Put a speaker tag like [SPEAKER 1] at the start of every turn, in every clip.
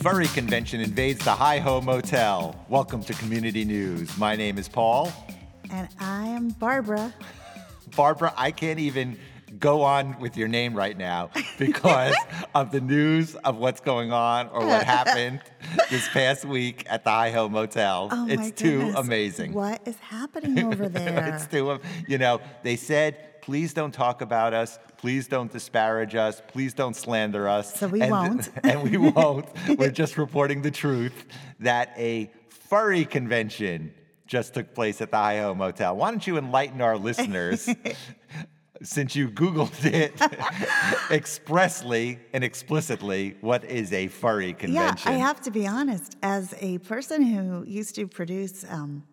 [SPEAKER 1] furry convention invades the Hi Ho Motel. Welcome to Community News. My name is Paul.
[SPEAKER 2] And I am Barbara.
[SPEAKER 1] Barbara, I can't even go on with your name right now because of the news of what's going on or what happened this past week at the Hi Ho Motel.
[SPEAKER 2] Oh
[SPEAKER 1] it's
[SPEAKER 2] my
[SPEAKER 1] too
[SPEAKER 2] goodness.
[SPEAKER 1] amazing.
[SPEAKER 2] What is happening over there?
[SPEAKER 1] it's to 'em. You know, they said, please don't talk about us. Please don't disparage us. Please don't slander us.
[SPEAKER 2] So we
[SPEAKER 1] And-
[SPEAKER 2] won't.
[SPEAKER 1] And we won't. We're just reporting the truth that a furry convention just took place at the IO Motel. Why don't you enlighten our listeners? Since you Googled it expressly and explicitly, what is a furry
[SPEAKER 2] yeah,
[SPEAKER 1] convention?
[SPEAKER 2] I have to be honest. As a person who used to produce um,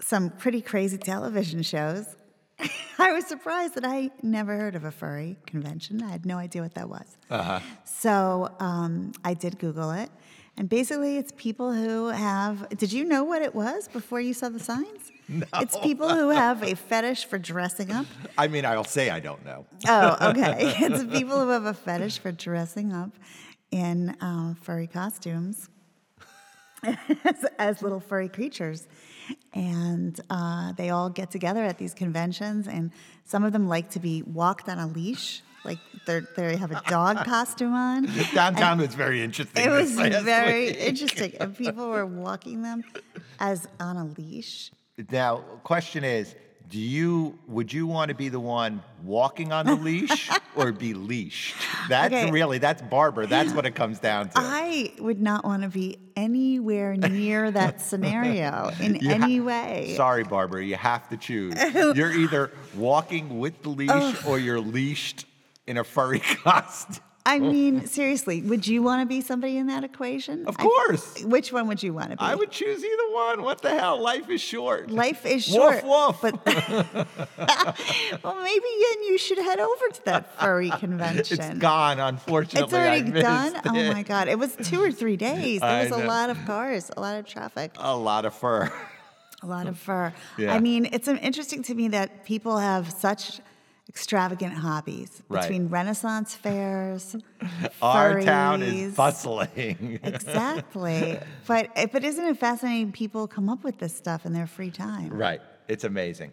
[SPEAKER 2] some pretty crazy television shows, I was surprised that I never heard of a furry convention. I had no idea what that was.
[SPEAKER 1] Uh-huh.
[SPEAKER 2] So um, I did Google it. And basically, it's people who have. Did you know what it was before you saw the signs? No. It's people who have a fetish for dressing up.
[SPEAKER 1] I mean, I'll say I don't know.
[SPEAKER 2] Oh, okay. it's people who have a fetish for dressing up in um, furry costumes as, as little furry creatures. And uh, they all get together at these conventions, and some of them like to be walked on a leash. Like they're, they have a dog costume on.
[SPEAKER 1] Downtown was very interesting.
[SPEAKER 2] It
[SPEAKER 1] this
[SPEAKER 2] was
[SPEAKER 1] last
[SPEAKER 2] very
[SPEAKER 1] week.
[SPEAKER 2] interesting. And people were walking them as on a leash.
[SPEAKER 1] Now, question is, do you would you want to be the one walking on the leash or be leashed? That's
[SPEAKER 2] Okay.
[SPEAKER 1] really that's Barbara. That's what it comes down to.
[SPEAKER 2] I would not want to be anywhere near that scenario in
[SPEAKER 1] You ha-
[SPEAKER 2] any way.
[SPEAKER 1] Sorry, Barbara, you have to choose. You're either walking with the leash or you're leashed in a furry costume.
[SPEAKER 2] I mean, seriously, would you want to be somebody in that equation?
[SPEAKER 1] Of
[SPEAKER 2] I-
[SPEAKER 1] course.
[SPEAKER 2] which one would you want to be?
[SPEAKER 1] I would choose either one. What the hell? Life is short.
[SPEAKER 2] Life is
[SPEAKER 1] Woof,
[SPEAKER 2] short.
[SPEAKER 1] woof.
[SPEAKER 2] But well, maybe then you should head over to that furry convention.
[SPEAKER 1] it's gone, unfortunately.
[SPEAKER 2] It's
[SPEAKER 1] I
[SPEAKER 2] already
[SPEAKER 1] missed
[SPEAKER 2] done. Oh
[SPEAKER 1] it.
[SPEAKER 2] my god, it was two or three days.
[SPEAKER 1] I
[SPEAKER 2] There was
[SPEAKER 1] know.
[SPEAKER 2] a lot of cars, a lot of traffic.
[SPEAKER 1] A lot of fur.
[SPEAKER 2] A lot of fur.
[SPEAKER 1] Yeah.
[SPEAKER 2] I mean, it's um, interesting to me that people have such extravagant hobbies
[SPEAKER 1] Right.
[SPEAKER 2] between Renaissance fairs.
[SPEAKER 1] Our town is
[SPEAKER 2] furries.
[SPEAKER 1] bustling.
[SPEAKER 2] exactly. But eh, but isn't it fascinating? People come up with this stuff in their free time.
[SPEAKER 1] Right. It's amazing.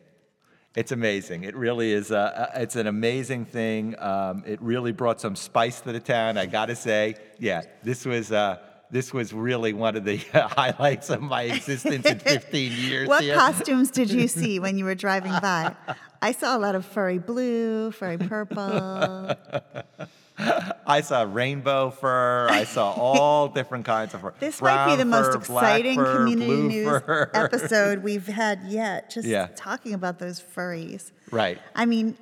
[SPEAKER 1] It's amazing. It really is. Uh, uh, it's an amazing thing. Um, it really brought some spice to the town. I gotta say, yeah, this was uh, this was really one of the highlights of my existence in 15 years
[SPEAKER 2] What
[SPEAKER 1] here.
[SPEAKER 2] costumes did you see when you were driving by? I saw a lot of furry blue, furry purple.
[SPEAKER 1] I saw rainbow fur. I saw all different kinds of fur.
[SPEAKER 2] This might
[SPEAKER 1] Brown
[SPEAKER 2] be the most
[SPEAKER 1] fur, black
[SPEAKER 2] exciting
[SPEAKER 1] fur,
[SPEAKER 2] community
[SPEAKER 1] blue
[SPEAKER 2] news
[SPEAKER 1] fur.
[SPEAKER 2] episode we've had yet. Just
[SPEAKER 1] Yeah.
[SPEAKER 2] talking about those furries.
[SPEAKER 1] Right.
[SPEAKER 2] I mean,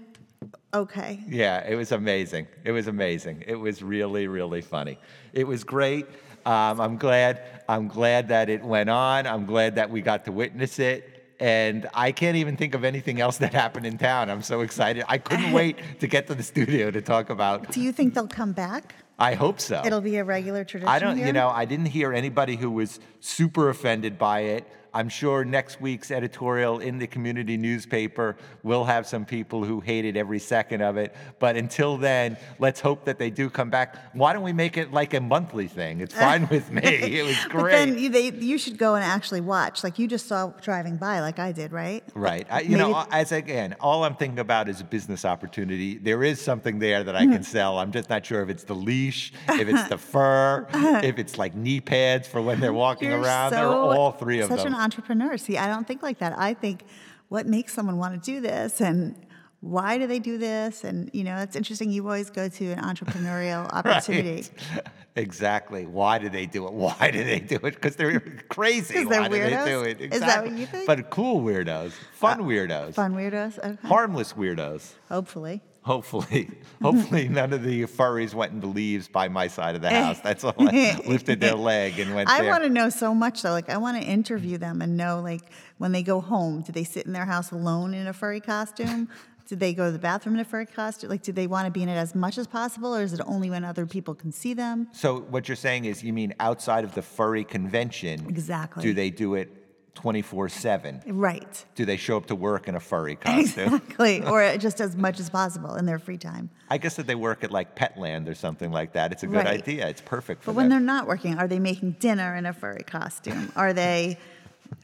[SPEAKER 2] okay.
[SPEAKER 1] Yeah, it was amazing. It was amazing. It was really, really funny. It was great. Um, I'm glad. I'm glad that it went on. I'm glad that we got to witness it. And I can't even think of anything else that happened in town. I'm so excited. I couldn't wait to get to the studio to talk about.
[SPEAKER 2] Do you think they'll come back?
[SPEAKER 1] I hope so.
[SPEAKER 2] It'll be a regular tradition.
[SPEAKER 1] I don't.
[SPEAKER 2] here?
[SPEAKER 1] You know, I didn't hear anybody who was super offended by it. I'm sure next week's editorial in the community newspaper will have some people who hated every second of it. But until then, let's hope that they do come back. Why don't we make it like a monthly thing? It's fine with me. It was great.
[SPEAKER 2] But then you, they, you should go and actually watch. Like you just saw driving by, like I did, right?
[SPEAKER 1] Right. I, you know,
[SPEAKER 2] Maybe-
[SPEAKER 1] as again, all I'm thinking about is a business opportunity. There is something there that
[SPEAKER 2] Mm-hmm.
[SPEAKER 1] I can sell. I'm just not sure if it's the leash, if it's the fur, if it's like knee pads for when they're walking
[SPEAKER 2] Uh-huh. You're
[SPEAKER 1] around. there
[SPEAKER 2] so-
[SPEAKER 1] are all three of
[SPEAKER 2] such
[SPEAKER 1] them.
[SPEAKER 2] an entrepreneur. See, I don't think like that. I think what makes someone want to do this and why do they do this? And you know, it's interesting. You always go to an entrepreneurial opportunity
[SPEAKER 1] Right. Exactly. Why do they do it? Why do they do it? Because they're crazy.
[SPEAKER 2] 'Cause they're
[SPEAKER 1] Why do they do
[SPEAKER 2] weirdos?
[SPEAKER 1] it?
[SPEAKER 2] Is that what you think? Uh,
[SPEAKER 1] But cool weirdos, fun weirdos,
[SPEAKER 2] fun weirdos. Okay.
[SPEAKER 1] harmless weirdos.
[SPEAKER 2] Hopefully,
[SPEAKER 1] Hopefully, hopefully none of the furries went into leaves by my side of the house. That's all. I lifted their leg and went
[SPEAKER 2] I
[SPEAKER 1] there.
[SPEAKER 2] want to know so much though. Like I want to interview them and know like when they go home, do they sit in their house alone in a furry costume? Did they go to the bathroom in a furry costume? Like, do they want to be in it as much as possible, or is it only when other people can see them?
[SPEAKER 1] so what you're saying is, you mean outside of the furry convention?
[SPEAKER 2] Exactly.
[SPEAKER 1] Do they do it 24 7?
[SPEAKER 2] Right.
[SPEAKER 1] Do they show up to work in a furry costume?
[SPEAKER 2] Exactly. or just as much as possible in their free time.
[SPEAKER 1] I guess that they work at like Petland or something like that. It's a good
[SPEAKER 2] Right.
[SPEAKER 1] idea. It's perfect for
[SPEAKER 2] But
[SPEAKER 1] them.
[SPEAKER 2] when they're not working, are they making dinner in a furry costume? Are they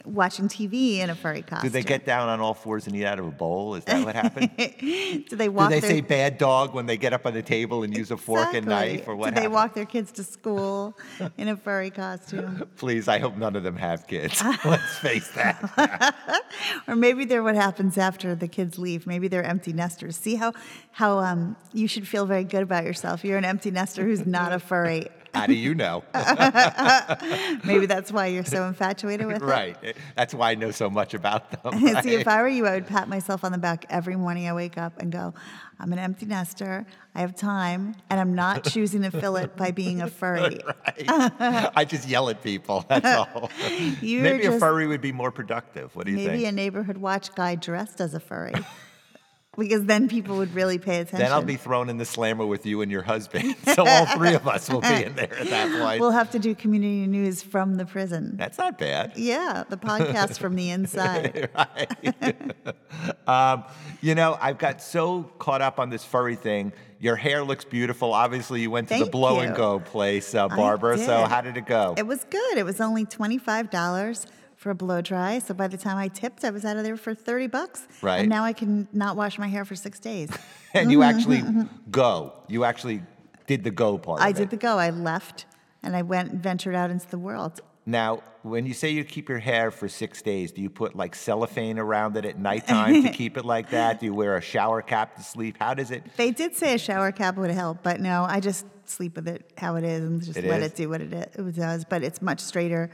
[SPEAKER 2] watching TV in a furry costume?
[SPEAKER 1] Do they get down on all fours and eat out of a bowl? Is that what happened?
[SPEAKER 2] Do they
[SPEAKER 1] Do
[SPEAKER 2] walk
[SPEAKER 1] they
[SPEAKER 2] their
[SPEAKER 1] say bad dog when they get up on the table and use a fork and knife
[SPEAKER 2] Exactly.
[SPEAKER 1] or what
[SPEAKER 2] Do they
[SPEAKER 1] happened?
[SPEAKER 2] walk their kids to school in a furry costume?
[SPEAKER 1] Please, I hope none of them have kids. Let's face that.
[SPEAKER 2] Or maybe they're what happens after the kids leave. Maybe they're empty nesters. See how how um, you should feel very good about yourself. You're an empty nester who's not a furry.
[SPEAKER 1] How do you know?
[SPEAKER 2] Maybe that's why you're so infatuated with it.
[SPEAKER 1] right. That's why I know so much about them.
[SPEAKER 2] See, if
[SPEAKER 1] right?
[SPEAKER 2] I were you, I would pat myself on the back every morning I wake up and go, I'm an empty nester. I have time, and I'm not choosing to fill it by being a furry.
[SPEAKER 1] Right. I just yell at people. That's all.
[SPEAKER 2] You're
[SPEAKER 1] Maybe
[SPEAKER 2] just
[SPEAKER 1] a furry would be more productive. What do you
[SPEAKER 2] maybe
[SPEAKER 1] think?
[SPEAKER 2] a neighborhood watch guy dressed as a furry, because then people would really pay attention.
[SPEAKER 1] Then I'll be thrown in the slammer with you and your husband. So all three of us will be in there at that point.
[SPEAKER 2] We'll have to do community news from the prison.
[SPEAKER 1] That's not bad.
[SPEAKER 2] Yeah, the podcast from the inside.
[SPEAKER 1] Um, you know, I've got so caught up on this furry thing. Your hair looks beautiful. Obviously, you went to the
[SPEAKER 2] Thank
[SPEAKER 1] blow and
[SPEAKER 2] you.
[SPEAKER 1] go place, uh, Barbara. So
[SPEAKER 2] did.
[SPEAKER 1] how did it go?
[SPEAKER 2] It was good. It was only $25 for a blow dry. So by the time I tipped, I was out of there for 30 bucks.
[SPEAKER 1] Right.
[SPEAKER 2] And now I can not wash my hair for six days.
[SPEAKER 1] and
[SPEAKER 2] Mm-hmm,
[SPEAKER 1] you actually go. You actually did the go part.
[SPEAKER 2] I
[SPEAKER 1] of
[SPEAKER 2] did
[SPEAKER 1] it.
[SPEAKER 2] the go. I left and I went and ventured out into the world.
[SPEAKER 1] Now, when you say you keep your hair for six days, do you put like cellophane around it at nighttime to keep it like that? Do you wear a shower cap to sleep? How does it?
[SPEAKER 2] They did say a shower cap would help, but no, I just sleep with it how it is and just
[SPEAKER 1] It
[SPEAKER 2] let
[SPEAKER 1] is?
[SPEAKER 2] it do what it, i- it does. But it's much straighter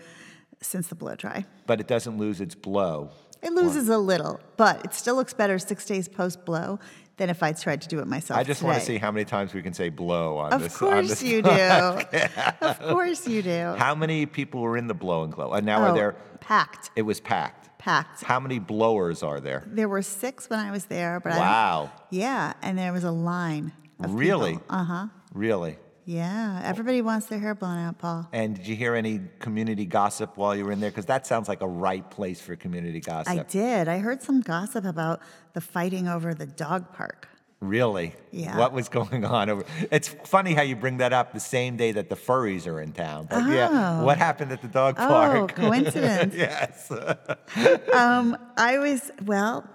[SPEAKER 2] since the blow dry.
[SPEAKER 1] But it doesn't lose its blow.
[SPEAKER 2] It loses a little, but it still looks better six days post blow than if I tried to do it myself.
[SPEAKER 1] I just want to
[SPEAKER 2] today.
[SPEAKER 1] see how many times we can say blow on
[SPEAKER 2] Of
[SPEAKER 1] this. on
[SPEAKER 2] course
[SPEAKER 1] this-
[SPEAKER 2] you do. of course you do.
[SPEAKER 1] How many people were in the blow and glow? And now are
[SPEAKER 2] Oh,
[SPEAKER 1] there?
[SPEAKER 2] packed,
[SPEAKER 1] It was packed.
[SPEAKER 2] packed.
[SPEAKER 1] How many blowers are there?
[SPEAKER 2] There were six when I was there, but I don't-
[SPEAKER 1] Wow.
[SPEAKER 2] yeah, and there was a line. Of
[SPEAKER 1] Really?
[SPEAKER 2] Uh huh.
[SPEAKER 1] Really?
[SPEAKER 2] Yeah, everybody wants their hair blown out, Paul.
[SPEAKER 1] And did you hear any community gossip while you were in there? Because that sounds like a right place for community gossip.
[SPEAKER 2] I did. I heard some gossip about the fighting over the dog park.
[SPEAKER 1] Really?
[SPEAKER 2] Yeah.
[SPEAKER 1] What was going on over? It's funny how you bring that up the same day that the furries are in town. But yeah,
[SPEAKER 2] Oh.
[SPEAKER 1] what happened at the dog
[SPEAKER 2] Oh,
[SPEAKER 1] park?
[SPEAKER 2] coincidence.
[SPEAKER 1] yes.
[SPEAKER 2] I was well.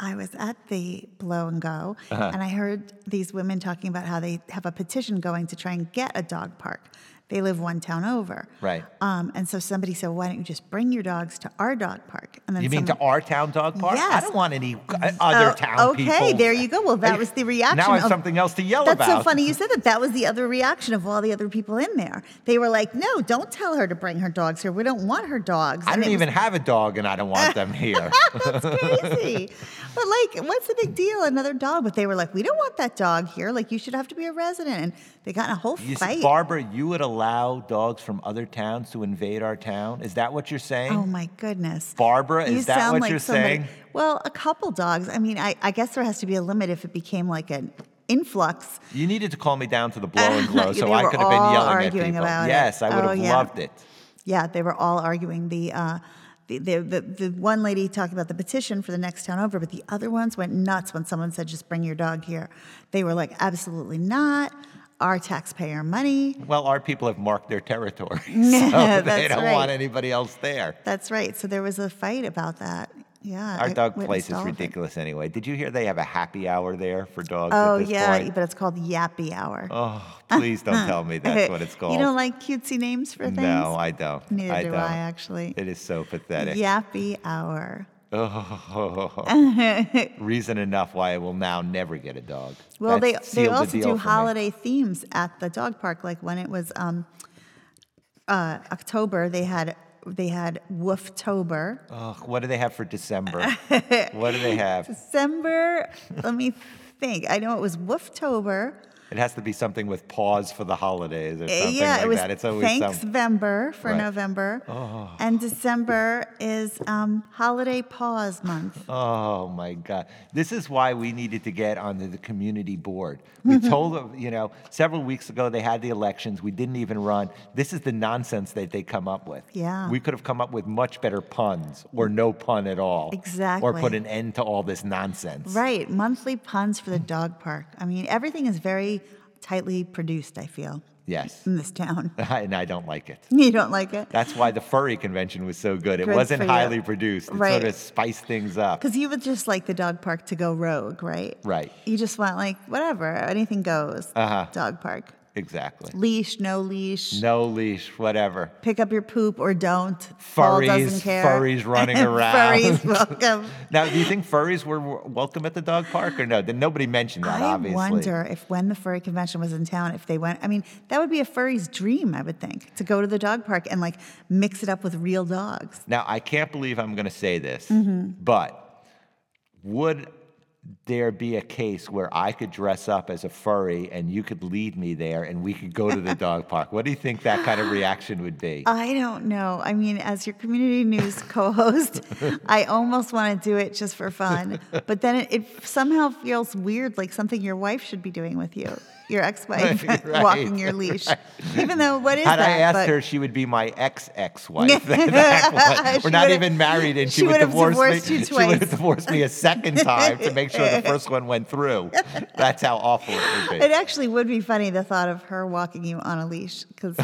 [SPEAKER 2] I was at the blow and go,
[SPEAKER 1] Uh-huh.
[SPEAKER 2] and I heard these women talking about how they have a petition going to try and get a dog park. They live one town over,
[SPEAKER 1] Right.
[SPEAKER 2] Um, and so somebody said, "Why don't you just bring your dogs to our dog park?" And then
[SPEAKER 1] You mean to
[SPEAKER 2] someone-
[SPEAKER 1] our town dog park? I
[SPEAKER 2] Yes.
[SPEAKER 1] don't want any uh, other
[SPEAKER 2] Oh,
[SPEAKER 1] town
[SPEAKER 2] Okay,
[SPEAKER 1] people.
[SPEAKER 2] there you go. Well,
[SPEAKER 1] Are
[SPEAKER 2] that
[SPEAKER 1] you-
[SPEAKER 2] was the reaction.
[SPEAKER 1] Now I have
[SPEAKER 2] of-
[SPEAKER 1] something else to yell
[SPEAKER 2] That's
[SPEAKER 1] about.
[SPEAKER 2] so funny you said that. That was the other reaction of all the other people in there. They were like, "No, don't tell her to bring her dogs here. We don't want her dogs."
[SPEAKER 1] I
[SPEAKER 2] And
[SPEAKER 1] don't
[SPEAKER 2] it was
[SPEAKER 1] even have a dog, and I don't want them here.
[SPEAKER 2] That's crazy. but like, what's the big deal? Another dog. But they were like, we don't want that dog here. Like, you should have to be a resident. And they got in a whole
[SPEAKER 1] You
[SPEAKER 2] fight.
[SPEAKER 1] see, Barbara, you would allow dogs from other towns to invade our town? Is that what you're saying?
[SPEAKER 2] oh my goodness.
[SPEAKER 1] Barbara,
[SPEAKER 2] You
[SPEAKER 1] is that
[SPEAKER 2] sound
[SPEAKER 1] what
[SPEAKER 2] like
[SPEAKER 1] you're
[SPEAKER 2] somebody-
[SPEAKER 1] saying?
[SPEAKER 2] Well, a couple dogs. I mean, I, I guess there has to be a limit if it became like an influx.
[SPEAKER 1] You needed to call me down to the blow and glow,
[SPEAKER 2] They
[SPEAKER 1] so I
[SPEAKER 2] were
[SPEAKER 1] could have been
[SPEAKER 2] all
[SPEAKER 1] yelling at
[SPEAKER 2] arguing
[SPEAKER 1] people.
[SPEAKER 2] about it.
[SPEAKER 1] yes, I would
[SPEAKER 2] Oh,
[SPEAKER 1] have
[SPEAKER 2] yeah.
[SPEAKER 1] loved it.
[SPEAKER 2] Yeah, they were all arguing the. Uh, the, the, the, the one lady talked about the petition for the next town over, but the other ones went nuts when someone said, just bring your dog here. They were like, absolutely not. Our taxpayer money.
[SPEAKER 1] Well, our people have marked their territory, so they
[SPEAKER 2] That's
[SPEAKER 1] don't
[SPEAKER 2] right.
[SPEAKER 1] want anybody else there.
[SPEAKER 2] That's right. So there was a fight about that. Yeah.
[SPEAKER 1] Our
[SPEAKER 2] I
[SPEAKER 1] dog
[SPEAKER 2] witnessed
[SPEAKER 1] place is
[SPEAKER 2] all of it.
[SPEAKER 1] ridiculous anyway. Did you hear they have a happy hour there for dogs
[SPEAKER 2] Oh
[SPEAKER 1] at this
[SPEAKER 2] yeah,
[SPEAKER 1] point?
[SPEAKER 2] but it's called Yappy Hour.
[SPEAKER 1] Oh, please don't tell me that's what it's called.
[SPEAKER 2] You don't like cutesy names for things?
[SPEAKER 1] no, I don't.
[SPEAKER 2] Neither
[SPEAKER 1] I
[SPEAKER 2] do
[SPEAKER 1] don't.
[SPEAKER 2] I actually.
[SPEAKER 1] It is so pathetic.
[SPEAKER 2] Yappy Hour.
[SPEAKER 1] Oh, reason enough why I will now never get a dog.
[SPEAKER 2] Well,
[SPEAKER 1] That
[SPEAKER 2] they they
[SPEAKER 1] sealed the
[SPEAKER 2] also
[SPEAKER 1] deal for
[SPEAKER 2] do
[SPEAKER 1] me.
[SPEAKER 2] holiday themes at the dog park. Like when it was um, uh, October, they had they had Wooftober.
[SPEAKER 1] Ugh, what do they have for December? what do they have?
[SPEAKER 2] December. let me think. I know it was Wooftober.
[SPEAKER 1] It has to be something with pause for the holidays or
[SPEAKER 2] Uh,
[SPEAKER 1] something
[SPEAKER 2] yeah,
[SPEAKER 1] like
[SPEAKER 2] it was
[SPEAKER 1] that. It's always
[SPEAKER 2] thanks
[SPEAKER 1] some.
[SPEAKER 2] Vember for
[SPEAKER 1] Right. Oh.
[SPEAKER 2] November, and December is um, holiday pause month.
[SPEAKER 1] Oh my God! This is why we needed to get on the community board. We
[SPEAKER 2] Mm-hmm.
[SPEAKER 1] told them, you know, several weeks ago they had the elections. We didn't even run. This is the nonsense that they come up with.
[SPEAKER 2] Yeah.
[SPEAKER 1] We could have come up with much better puns or no pun at all. Or put
[SPEAKER 2] Exactly.
[SPEAKER 1] an end to all this nonsense.
[SPEAKER 2] Right, monthly puns for the dog park. I mean, everything is very tightly produced. I feel
[SPEAKER 1] Yes.
[SPEAKER 2] in this town.
[SPEAKER 1] and I don't like it.
[SPEAKER 2] You don't like it
[SPEAKER 1] That's why the furry convention was so good. It
[SPEAKER 2] Good
[SPEAKER 1] wasn't
[SPEAKER 2] for you.
[SPEAKER 1] highly produced. It
[SPEAKER 2] Right.
[SPEAKER 1] sort of spiced things up.
[SPEAKER 2] because you would just like the dog park to go rogue, right?
[SPEAKER 1] Right.
[SPEAKER 2] You just want like whatever, anything goes.
[SPEAKER 1] Uh-huh.
[SPEAKER 2] Dog park,
[SPEAKER 1] Exactly.
[SPEAKER 2] leash, no leash.
[SPEAKER 1] No leash, whatever.
[SPEAKER 2] Pick up your poop or don't. Paul
[SPEAKER 1] Furries,
[SPEAKER 2] doesn't care.
[SPEAKER 1] furries running around.
[SPEAKER 2] furries welcome.
[SPEAKER 1] Now, do you think furries were w- welcome at the dog park or no? Then Nobody mentioned that,
[SPEAKER 2] I
[SPEAKER 1] obviously.
[SPEAKER 2] wonder if when the furry convention was in town, if they went. I mean, that would be a furry's dream, I would think, to go to the dog park and like mix it up with real dogs.
[SPEAKER 1] Now, I can't believe I'm going to say this,
[SPEAKER 2] Mm-hmm.
[SPEAKER 1] but would there be a case where I could dress up as a furry and you could lead me there and we could go to the dog park? What do you think that kind of reaction would be?
[SPEAKER 2] I don't know. I mean, as your community news co-host, I almost want to do it just for fun, but then it, it somehow feels weird, like something your wife should be doing with you, your ex-wife
[SPEAKER 1] Right, right,
[SPEAKER 2] walking your leash. Even though, what is
[SPEAKER 1] Had
[SPEAKER 2] that?
[SPEAKER 1] I asked
[SPEAKER 2] But-
[SPEAKER 1] her, she would be my ex ex wife. We're
[SPEAKER 2] She
[SPEAKER 1] not
[SPEAKER 2] would've-
[SPEAKER 1] even married, and she,
[SPEAKER 2] she
[SPEAKER 1] would
[SPEAKER 2] would've
[SPEAKER 1] divorce
[SPEAKER 2] divorced
[SPEAKER 1] me.
[SPEAKER 2] you
[SPEAKER 1] She would have
[SPEAKER 2] twice.
[SPEAKER 1] divorced me a second time to make sure the first one went through. That's how awful it would
[SPEAKER 2] It
[SPEAKER 1] be.
[SPEAKER 2] actually would be funny the thought of her walking you on a leash because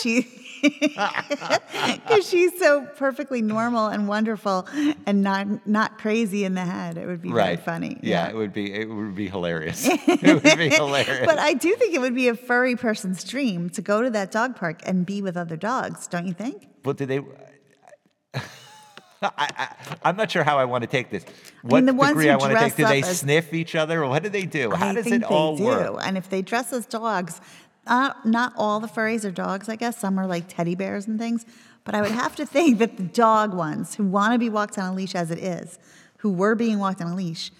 [SPEAKER 2] she. Because she's so perfectly normal and wonderful, and not not crazy in the head, it would be very
[SPEAKER 1] Right.
[SPEAKER 2] funny.
[SPEAKER 1] Yeah, it would be. It would be hilarious. it would be hilarious.
[SPEAKER 2] but I do think it would be a furry person's dream to go to that dog park and be with other dogs, don't you think?
[SPEAKER 1] But did they? I, I, I'm not sure how I want to take this. What
[SPEAKER 2] mean, the ones
[SPEAKER 1] degree
[SPEAKER 2] who
[SPEAKER 1] I want to take?
[SPEAKER 2] dress
[SPEAKER 1] Do they
[SPEAKER 2] up as-
[SPEAKER 1] sniff each other, or what do they do? How
[SPEAKER 2] I
[SPEAKER 1] does
[SPEAKER 2] think
[SPEAKER 1] it
[SPEAKER 2] they
[SPEAKER 1] all
[SPEAKER 2] do.
[SPEAKER 1] work?
[SPEAKER 2] And if they dress as dogs, uh, not all the furries are dogs, I guess. Some are like teddy bears and things. But I would have to think that the dog ones who want to be walked on a leash as it is, who were being walked on a leash,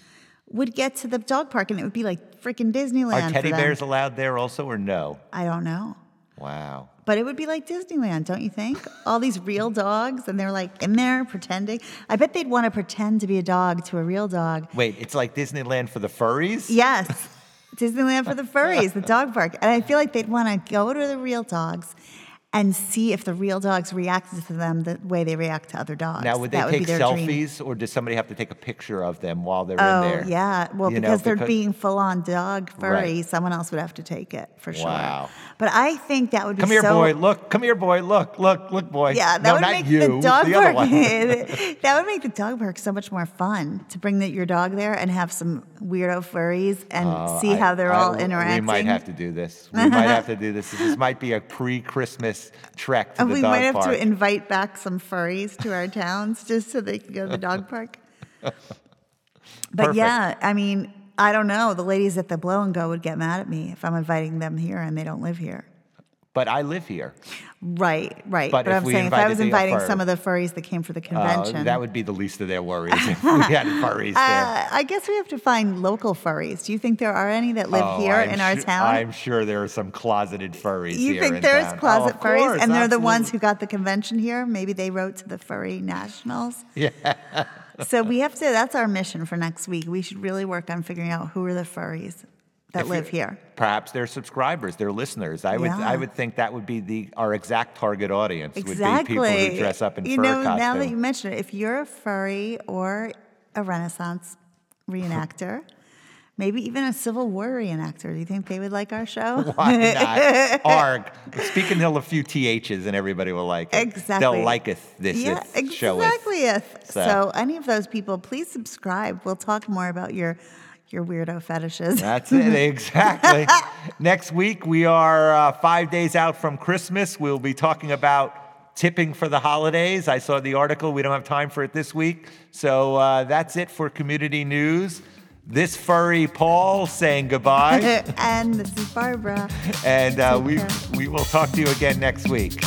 [SPEAKER 2] would get to the dog park and it would be like freaking Disneyland.
[SPEAKER 1] Are
[SPEAKER 2] for
[SPEAKER 1] teddy
[SPEAKER 2] them.
[SPEAKER 1] bears allowed there also, or no?
[SPEAKER 2] I don't know.
[SPEAKER 1] Wow.
[SPEAKER 2] But it would be like Disneyland, don't you think? All these real dogs, and they're like in there pretending. I bet they'd want to pretend to be a dog to a real dog.
[SPEAKER 1] Wait, it's like Disneyland for the furries?
[SPEAKER 2] Yes, Disneyland for the furries, the dog park. And I feel like they'd want to go to the real dogs and see if the real dogs reacted to them the way they react to other dogs.
[SPEAKER 1] Now, would they
[SPEAKER 2] that would
[SPEAKER 1] take
[SPEAKER 2] be their Dream.
[SPEAKER 1] selfies, or does somebody have to take a picture of them while they're
[SPEAKER 2] Oh,
[SPEAKER 1] in there?
[SPEAKER 2] yeah. Well,
[SPEAKER 1] You know,
[SPEAKER 2] because they're
[SPEAKER 1] becau-
[SPEAKER 2] being full on dog furry,
[SPEAKER 1] Right.
[SPEAKER 2] someone else would have to take it for sure.
[SPEAKER 1] Wow.
[SPEAKER 2] But I think that would be
[SPEAKER 1] Come here,
[SPEAKER 2] so
[SPEAKER 1] boy. Look. Come here, boy. Look. Look. Look, boy.
[SPEAKER 2] Yeah, that
[SPEAKER 1] no,
[SPEAKER 2] would
[SPEAKER 1] not
[SPEAKER 2] make
[SPEAKER 1] you.
[SPEAKER 2] the dog
[SPEAKER 1] other
[SPEAKER 2] park.
[SPEAKER 1] one.
[SPEAKER 2] that would make the dog park so much more fun to bring the, your dog there and have some weirdo furries and
[SPEAKER 1] Oh,
[SPEAKER 2] see
[SPEAKER 1] I-
[SPEAKER 2] how they're
[SPEAKER 1] I-
[SPEAKER 2] all interacting.
[SPEAKER 1] We might have to do this. We might have to do this. This might be a pre-Christmas trek to
[SPEAKER 2] And
[SPEAKER 1] the
[SPEAKER 2] we
[SPEAKER 1] dog
[SPEAKER 2] might have
[SPEAKER 1] park.
[SPEAKER 2] to invite back some furries to our towns just so they can go to the dog park. But
[SPEAKER 1] Perfect.
[SPEAKER 2] yeah, I mean, I don't know. The ladies at the blow and go would get mad at me if I'm inviting them here and they don't live here.
[SPEAKER 1] but I live here.
[SPEAKER 2] Right, right.
[SPEAKER 1] But if
[SPEAKER 2] I'm
[SPEAKER 1] we
[SPEAKER 2] saying if I
[SPEAKER 1] invited
[SPEAKER 2] was
[SPEAKER 1] the
[SPEAKER 2] inviting
[SPEAKER 1] fur-
[SPEAKER 2] some of the furries that came for the
[SPEAKER 1] Uh,
[SPEAKER 2] convention,
[SPEAKER 1] that would be the least of their worries if we had furries there.
[SPEAKER 2] Uh, I guess we have to find local furries. Do you think there are any that live
[SPEAKER 1] Oh,
[SPEAKER 2] here
[SPEAKER 1] I'm
[SPEAKER 2] in our
[SPEAKER 1] su-
[SPEAKER 2] town?
[SPEAKER 1] I'm sure there are some closeted furries
[SPEAKER 2] you
[SPEAKER 1] here in
[SPEAKER 2] think there's
[SPEAKER 1] town. Oh,
[SPEAKER 2] closet
[SPEAKER 1] of
[SPEAKER 2] furries,
[SPEAKER 1] course,
[SPEAKER 2] and they're the
[SPEAKER 1] absolutely.
[SPEAKER 2] ones who got the convention here. Maybe they wrote to the furry nationals.
[SPEAKER 1] Yeah.
[SPEAKER 2] so we have to. That's our mission for next week. We should really work on figuring out who are the furries that
[SPEAKER 1] If you-
[SPEAKER 2] live here.
[SPEAKER 1] Perhaps they're subscribers, they're listeners. I would, I
[SPEAKER 2] Yeah.
[SPEAKER 1] would think that would be the our exact target audience
[SPEAKER 2] Exactly.
[SPEAKER 1] would be people who dress up in
[SPEAKER 2] you
[SPEAKER 1] fur
[SPEAKER 2] know,
[SPEAKER 1] costumes.
[SPEAKER 2] now that you mention it, if you're a furry or a Renaissance reenactor. Maybe even a Civil War reenactor. Do you think they would like our show?
[SPEAKER 1] Why not? Arg. Speaking of a few ths, and everybody will like it.
[SPEAKER 2] Exactly.
[SPEAKER 1] They'll liketh this
[SPEAKER 2] Yeah,
[SPEAKER 1] ith, showeth.
[SPEAKER 2] exactly.
[SPEAKER 1] So-
[SPEAKER 2] So. any of those people, please subscribe. We'll talk more about your your weirdo fetishes.
[SPEAKER 1] That's it, exactly. Next week, we are uh, five days out from Christmas. We'll be talking about tipping for the holidays. I saw the article. We don't have time for it this week. So uh, that's it for community news. This furry Paul saying goodbye.
[SPEAKER 2] and this is Barbara.
[SPEAKER 1] and uh,
[SPEAKER 2] Take
[SPEAKER 1] we,
[SPEAKER 2] care.
[SPEAKER 1] we will talk to you again next week.